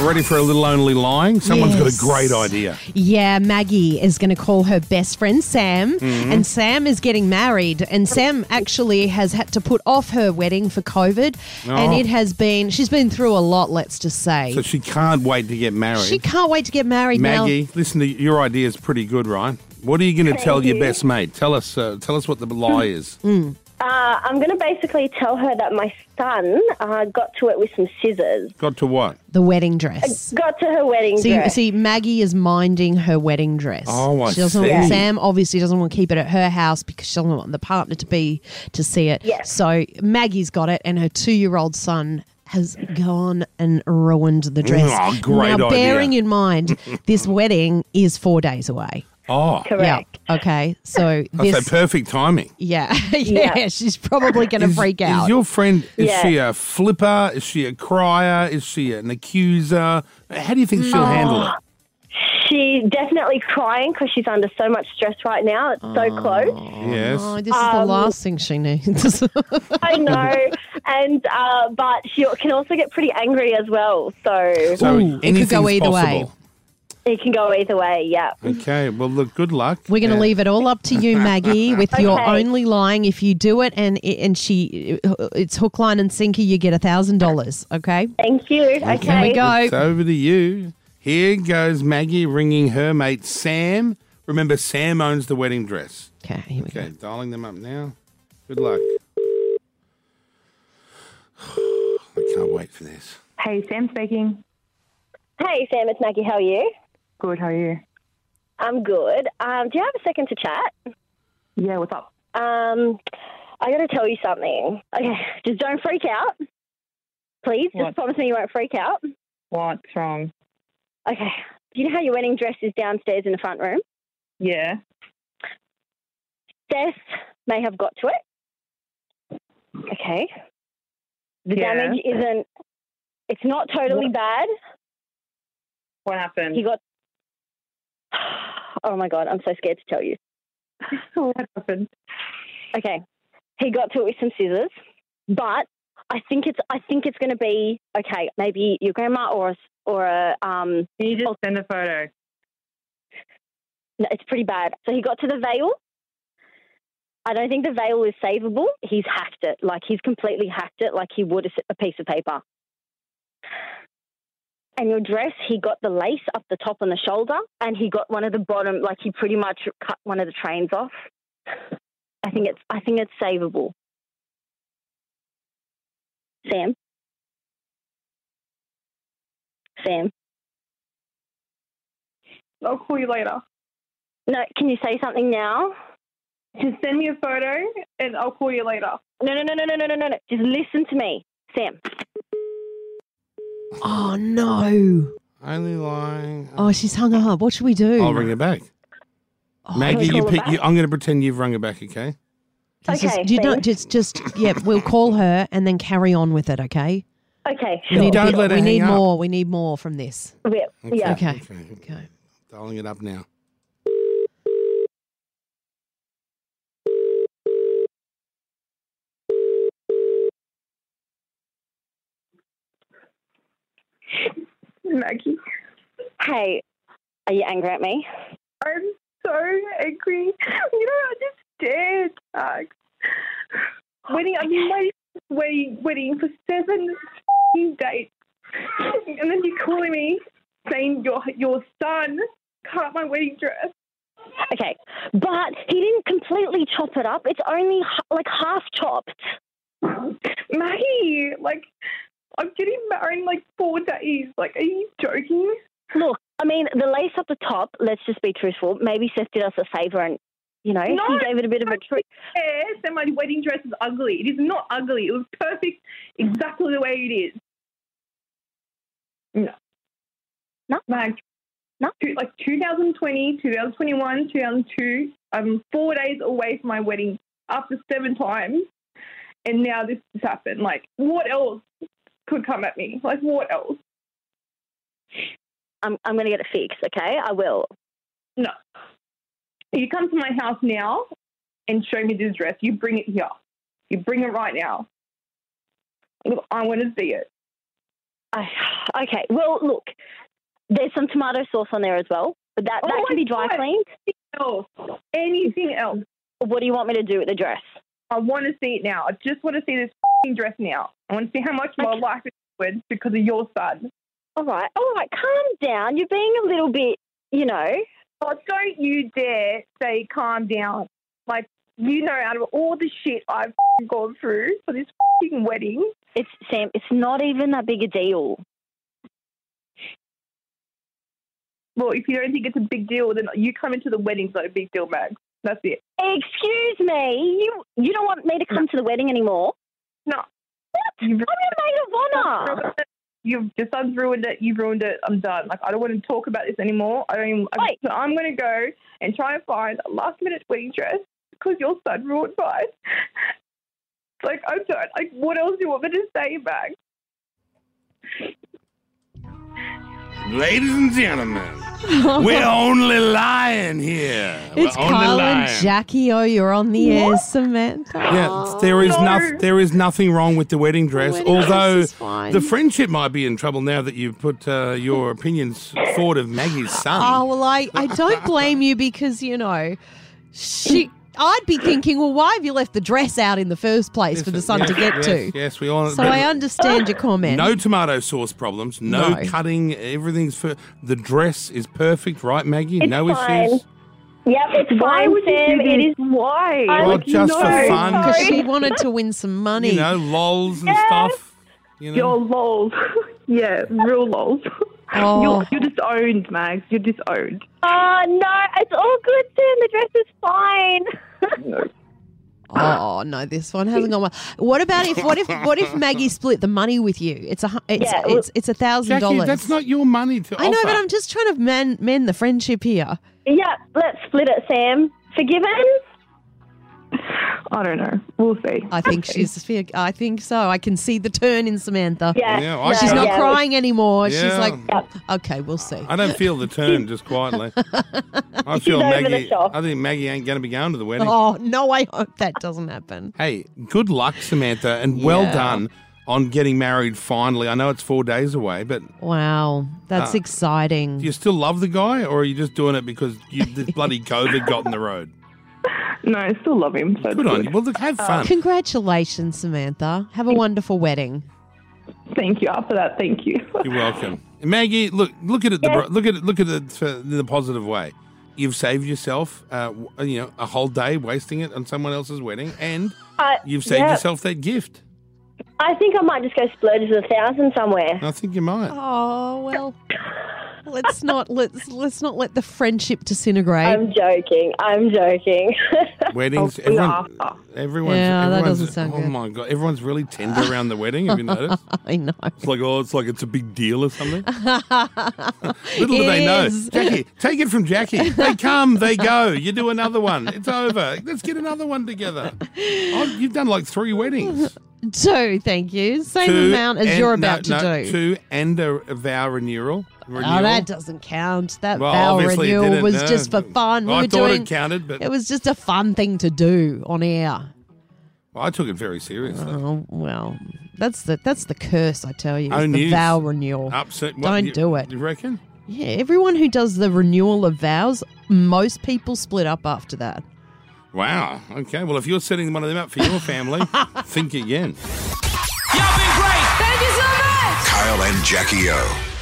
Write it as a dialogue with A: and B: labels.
A: Ready for a little only lying? Someone's
B: Yes.
A: got a great idea.
B: Yeah, Maggie is going to call her best friend Sam,
A: Mm-hmm.
B: and Sam is getting married. And Sam actually has had to put off her wedding for COVID, and
A: Oh.
B: it has been, she's been through a lot, let's just say.
A: So she can't wait to get married.
B: she can't wait to get married
A: Maggie, listen to your idea is pretty good, right? What are you going to
C: Thank
A: tell your
C: you.
A: best mate? Tell us, uh, tell us what the lie is.
B: Hmm.
C: Uh, I'm going to basically tell her that my son uh, got to it with some scissors.
A: Got to what?
B: now. The wedding dress.
C: Got to her wedding
B: See,
C: dress.
B: see, Maggie is minding her wedding dress.
A: Oh, I
B: she doesn't
A: see.
B: Want, Sam obviously doesn't want to keep it at her house because she doesn't want the partner to be to see it.
C: Yes.
B: So Maggie's got it, and her two-year-old son has gone and ruined the dress.
A: Oh, great
B: now,
A: idea.
B: bearing in mind this wedding is four days away.
A: Oh,
B: Yeah.
C: Correct.
B: Okay. So
A: I say
B: this.
A: perfect timing.
B: yeah, yeah.
C: Yeah.
B: She's probably going to
A: Is-
B: freak
A: Is
B: out.
A: your friend? Is
C: Yeah.
A: she a flipper? Is she a crier? Is she an accuser? How do you think she'll handle it?
C: She definitely crying because she's under so much stress right now. It's so close.
A: Yes.
B: oh, this is the
C: Um,
B: last thing she needs.
C: I know, and uh, but she can also get pretty angry as well. So
A: So
B: Ooh, it could
A: anything's
B: go either way.
A: possible.
C: it can go either way. Yeah.
A: Okay. Well, look. Good luck.
B: We're going to
A: Yeah.
B: leave it all up to you, Maggie, with your
C: Okay.
B: only lying. If you do it and and she, it's hook, line, and sinker, you get a thousand dollars. Okay,
C: Thank you. Okay.
B: here we
A: It's uh,
B: go.
A: over to you. Here goes Maggie ringing her mate Sam. Remember, Sam owns the wedding dress.
B: Okay, here we
A: Okay,
B: go.
A: dialing them up now. Good luck. I can't wait for this.
D: Hey, Sam speaking.
C: Hey Sam, it's Maggie. How are you?
D: Good, how are you?
C: I'm good. Um, do you have a second to chat?
D: Yeah, what's up?
C: Um, I got to tell you something. Okay, just don't freak out, please. Just
D: What?
C: promise me you won't freak out.
D: What's wrong?
C: Okay. Do you know how your wedding dress is downstairs in the front room?
D: Yeah.
C: Steph may have got to it. Okay. The
D: Yeah.
C: damage isn't. It's not totally bad.
D: What happened?
C: He got. Oh my god, I'm so scared to tell you.
D: what happened?
C: Okay. He got to it with some scissors, but I think it's I think it's going to be okay. Maybe your grandma or a, s- or a um.
D: Can you just send a photo?
C: no, It's pretty bad. So he got to the veil. I don't think the veil is savable. He's hacked it. Like he's completely hacked it. Like he would a s- a piece of paper. And your dress, he got the lace up the top and the shoulder, and he got one of the bottom. Like he pretty much cut one of the trains off. I think it's I think it's savable. Sam. Sam.
D: I'll call you later.
C: No, can you say something now?
D: Just send me a photo and I'll call you later.
C: No, no, no, no, no, no, no, no, no. Just listen to me, Sam.
B: Oh no!
A: Only lying.
B: Oh, she's hung up. What should we do?
A: I'll ring her back.
B: Oh,
A: Maggie,
C: Can we
A: you
C: call her
A: pick.
C: back?
A: You, I'm going to pretend you've rung her back. Okay.
B: let's just-
C: Okay,
B: do you know,
C: thanks.
B: just just yeah, we'll call her and then carry on with it. Okay,
C: Okay,
B: we
C: sure.
B: need a
A: Don't
B: bit-
A: let her
B: we
A: hang
B: need
A: up.
B: more. We need more from this.
C: Yeah, yeah.
B: Okay.
A: Okay.
B: Okay.
A: Dialing it up now.
D: Maggie,
C: Hey, are you angry at me?
D: I'm so angry. You don't understand, Max. Waiting, I've been waiting, waiting, waiting for seven f***ing dates. And then you're calling me saying your, your son cut up my wedding dress.
C: Okay, but he didn't completely chop it up. It's only h- like half chopped.
D: Maggie, like, I'm getting married in like four days. Like, are you joking?
C: Look, I mean, the lace up the top. Let's just be truthful. Maybe Seth did us a favor and. You know,
D: No,
C: he gave it a bit of a trick.
D: Yes, and my wedding dress is ugly. It is not ugly. It was perfect, exactly the way it is. No.
C: No.
D: Like,
C: No.
D: two- like 2020, 2021, 2002. I'm four days away from my wedding after seven times. And now this has happened. Like, what else could come at me? Like, what else?
C: I'm, I'm going to get it fixed, okay? I will.
D: No. You come to my house now and show me this dress. You bring it here. You bring it right now. Look, I want to see it.
C: I, okay, well, look, there's some tomato sauce on there as well. But that,
D: Oh
C: that
D: my
C: can be dry
D: God.
C: cleaned.
D: Else, anything else.
C: What do you want me to do with the dress?
D: I want to see it now. I just want to see this fing dress now. I want to see how much my
C: Okay.
D: life is worth because of your son.
C: All right, all right, calm down. You're being a little bit, you know.
D: Oh, don't you dare say calm down. Like, you know, out of all the shit I've fing gone through for this fing wedding,
C: It's Sam. It's not even that big a deal.
D: well, if you don't think it's a big deal, then you coming to the wedding's not a big deal, Max. That's it.
C: Excuse me. You you don't want me to come to the wedding anymore?
D: No.
C: What? I'm
D: You've,
C: your maid of honor.
D: you've your son's ruined it. You've ruined it. I'm done. Like, I don't want to talk about this anymore. I don't. Even, I,
C: Wait.
D: so I'm going to go and try and find a last minute wedding dress because your son ruined mine. like, I'm done. Like, what else do you want me to say, Max?
A: Ladies and gentlemen, we're only lying here.
B: Oh, It's
A: we're only
B: Kyle and
A: lying.
B: Jackie. Oh, you're on the air, Samantha.
A: Yeah, there is
D: No.
A: noth- there is nothing wrong with the wedding dress,
B: Wedding dress
A: although
B: is fine.
A: the friendship might be in trouble now that you've put uh, your opinions forward of Maggie's son.
B: Oh well, I, I don't blame you because you know she. I'd be thinking, well, why have you left the dress out in the first place for the son to get
A: yes,
B: to?
A: Yes, we all.
B: So I understand your comment.
A: no tomato sauce problems. No,
B: No.
A: cutting. Everything's for the dress is perfect, right, Maggie?
C: It's
A: no
C: fine.
A: issues.
C: Yep, it's
D: Why
C: fine,
D: would you
C: Sam.
D: do
C: It
D: this?
C: is
D: Why?
A: Well,
D: Like,
A: just for
D: no.
A: fun.
B: because
D: Sorry.
B: she wanted to win some money.
A: You know, lols and stuff. You know,
D: You're lols. yeah, real lols.
B: Oh.
D: You're, you're disowned, Max. You're disowned.
C: Oh no, it's all good, Sam. The dress is fine.
B: Oh no, this one hasn't gone well. What about if what if what if Maggie split the money with you? It's a hu- it's
C: Yeah, well-
B: it's it's a
A: Jackie,
B: thousand dollars.
A: that's not your money to.
B: I know,
A: offer.
B: but I'm just trying to man, mend the friendship here.
C: yep, let's split it, Sam. Forgiven?
D: I don't know. We'll see.
B: I think she's. I think so. I can see the turn in Samantha.
C: Yeah.
A: Yeah, I
B: She's
A: No,
B: not
A: yeah.
B: crying anymore.
A: Yeah.
B: She's like,
C: Yep.
B: okay, we'll see.
A: I don't feel the turn, just quietly. I feel
C: She's over the
A: Maggie.
C: top.
A: I think Maggie ain't going to be going to the wedding.
B: Oh no, I hope that doesn't happen.
A: Hey, good luck, Samantha, and well
B: Yeah.
A: done on getting married finally. I know it's four days away, but
B: Wow, that's
A: Uh,
B: exciting.
A: do you still love the guy, or are you just doing it because you, this bloody COVID got in the road?
D: No, I still love him. So
A: Good on you. Well, look,
B: Uh,
A: have fun.
B: Congratulations, Samantha. Have a wonderful wedding.
D: Thank you. After that, thank you.
A: You're welcome, Maggie. Look, look at it. The, bro- look at it. Look at it for, in the positive way. You've saved yourself, uh, w- you know, a whole day wasting it on someone else's wedding, and
C: Uh,
A: you've saved
C: yeah.
A: yourself that gift.
C: I think I might just go splurge a thousand somewhere.
A: I think you might.
B: Oh well, let's not let's let's not let the friendship disintegrate.
C: I'm joking. I'm joking.
A: Weddings,
D: Oh, we are
A: everyone,
D: after.
A: everyone's,
B: Yeah, that
A: everyone's-
B: doesn't sound
A: oh
B: good.
A: my god, everyone's really tender around the wedding. Have you noticed?
B: I know.
A: It's like, oh, it's like it's a big deal or something. Little do they know.
B: Yes.
A: Jackie, take it from Jackie. They come, they go. You do another one. It's over. Let's get another one together. Oh, you've done like three weddings.
B: Two, thank you. Same
A: Two
B: amount as
A: and-
B: you're
A: no,
B: about to
A: no,
B: do.
A: Two and a, a vow renewal. renewal.
B: Oh, that doesn't count. That
A: Well,
B: vow
A: obviously it
B: renewal
A: didn't,
B: was
A: no.
B: just for fun. We
A: I
B: were
A: thought
B: doing
A: it counted, but
B: it was just a fun thing to do on air.
A: I took it very seriously.
B: Oh well, that's the that's the curse, I tell you. is
A: Oh,
B: the
A: news.
B: vow renewal.
A: Upset. what,
B: Don't
A: you-
B: do it.
A: You reckon?
B: Yeah, everyone who does the renewal of vows, most people split up after that.
A: Wow. Okay. Well, if you're setting one of them up for your family, think again.
E: Kyle and Jackie O.